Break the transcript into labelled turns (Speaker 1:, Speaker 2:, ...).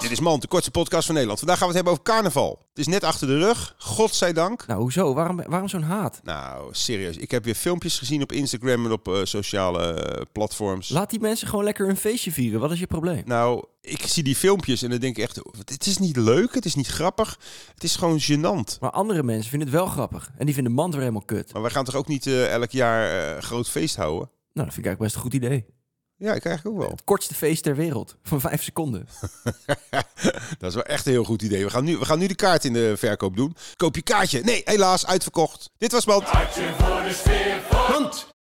Speaker 1: dit is Man, de kortste podcast van Nederland. Vandaag gaan we het hebben over carnaval. Het is net achter de rug, godzijdank.
Speaker 2: Nou, hoezo? Waarom, waarom zo'n haat?
Speaker 1: Nou, serieus. Ik heb weer filmpjes gezien op Instagram en op eh, sociale eh, platforms.
Speaker 2: Laat die mensen gewoon lekker hun feestje vieren. Wat is je probleem?
Speaker 1: Nou, ik zie die filmpjes en dan denk ik echt, het is niet leuk, het is niet grappig. Het is gewoon gênant.
Speaker 2: Maar andere mensen vinden het wel grappig. En die vinden Mand weer helemaal kut.
Speaker 1: Maar wij gaan toch ook niet eh, elk jaar eh, groot feest houden?
Speaker 2: Nou, dat vind ik eigenlijk best een goed idee.
Speaker 1: Ja, ik eigenlijk ook wel.
Speaker 2: Het kortste feest ter wereld. Van vijf seconden.
Speaker 1: Dat is wel echt een heel goed idee. We gaan nu, we gaan nu de kaart in de verkoop doen. Koop je kaartje. Nee, helaas, uitverkocht. Dit was Band.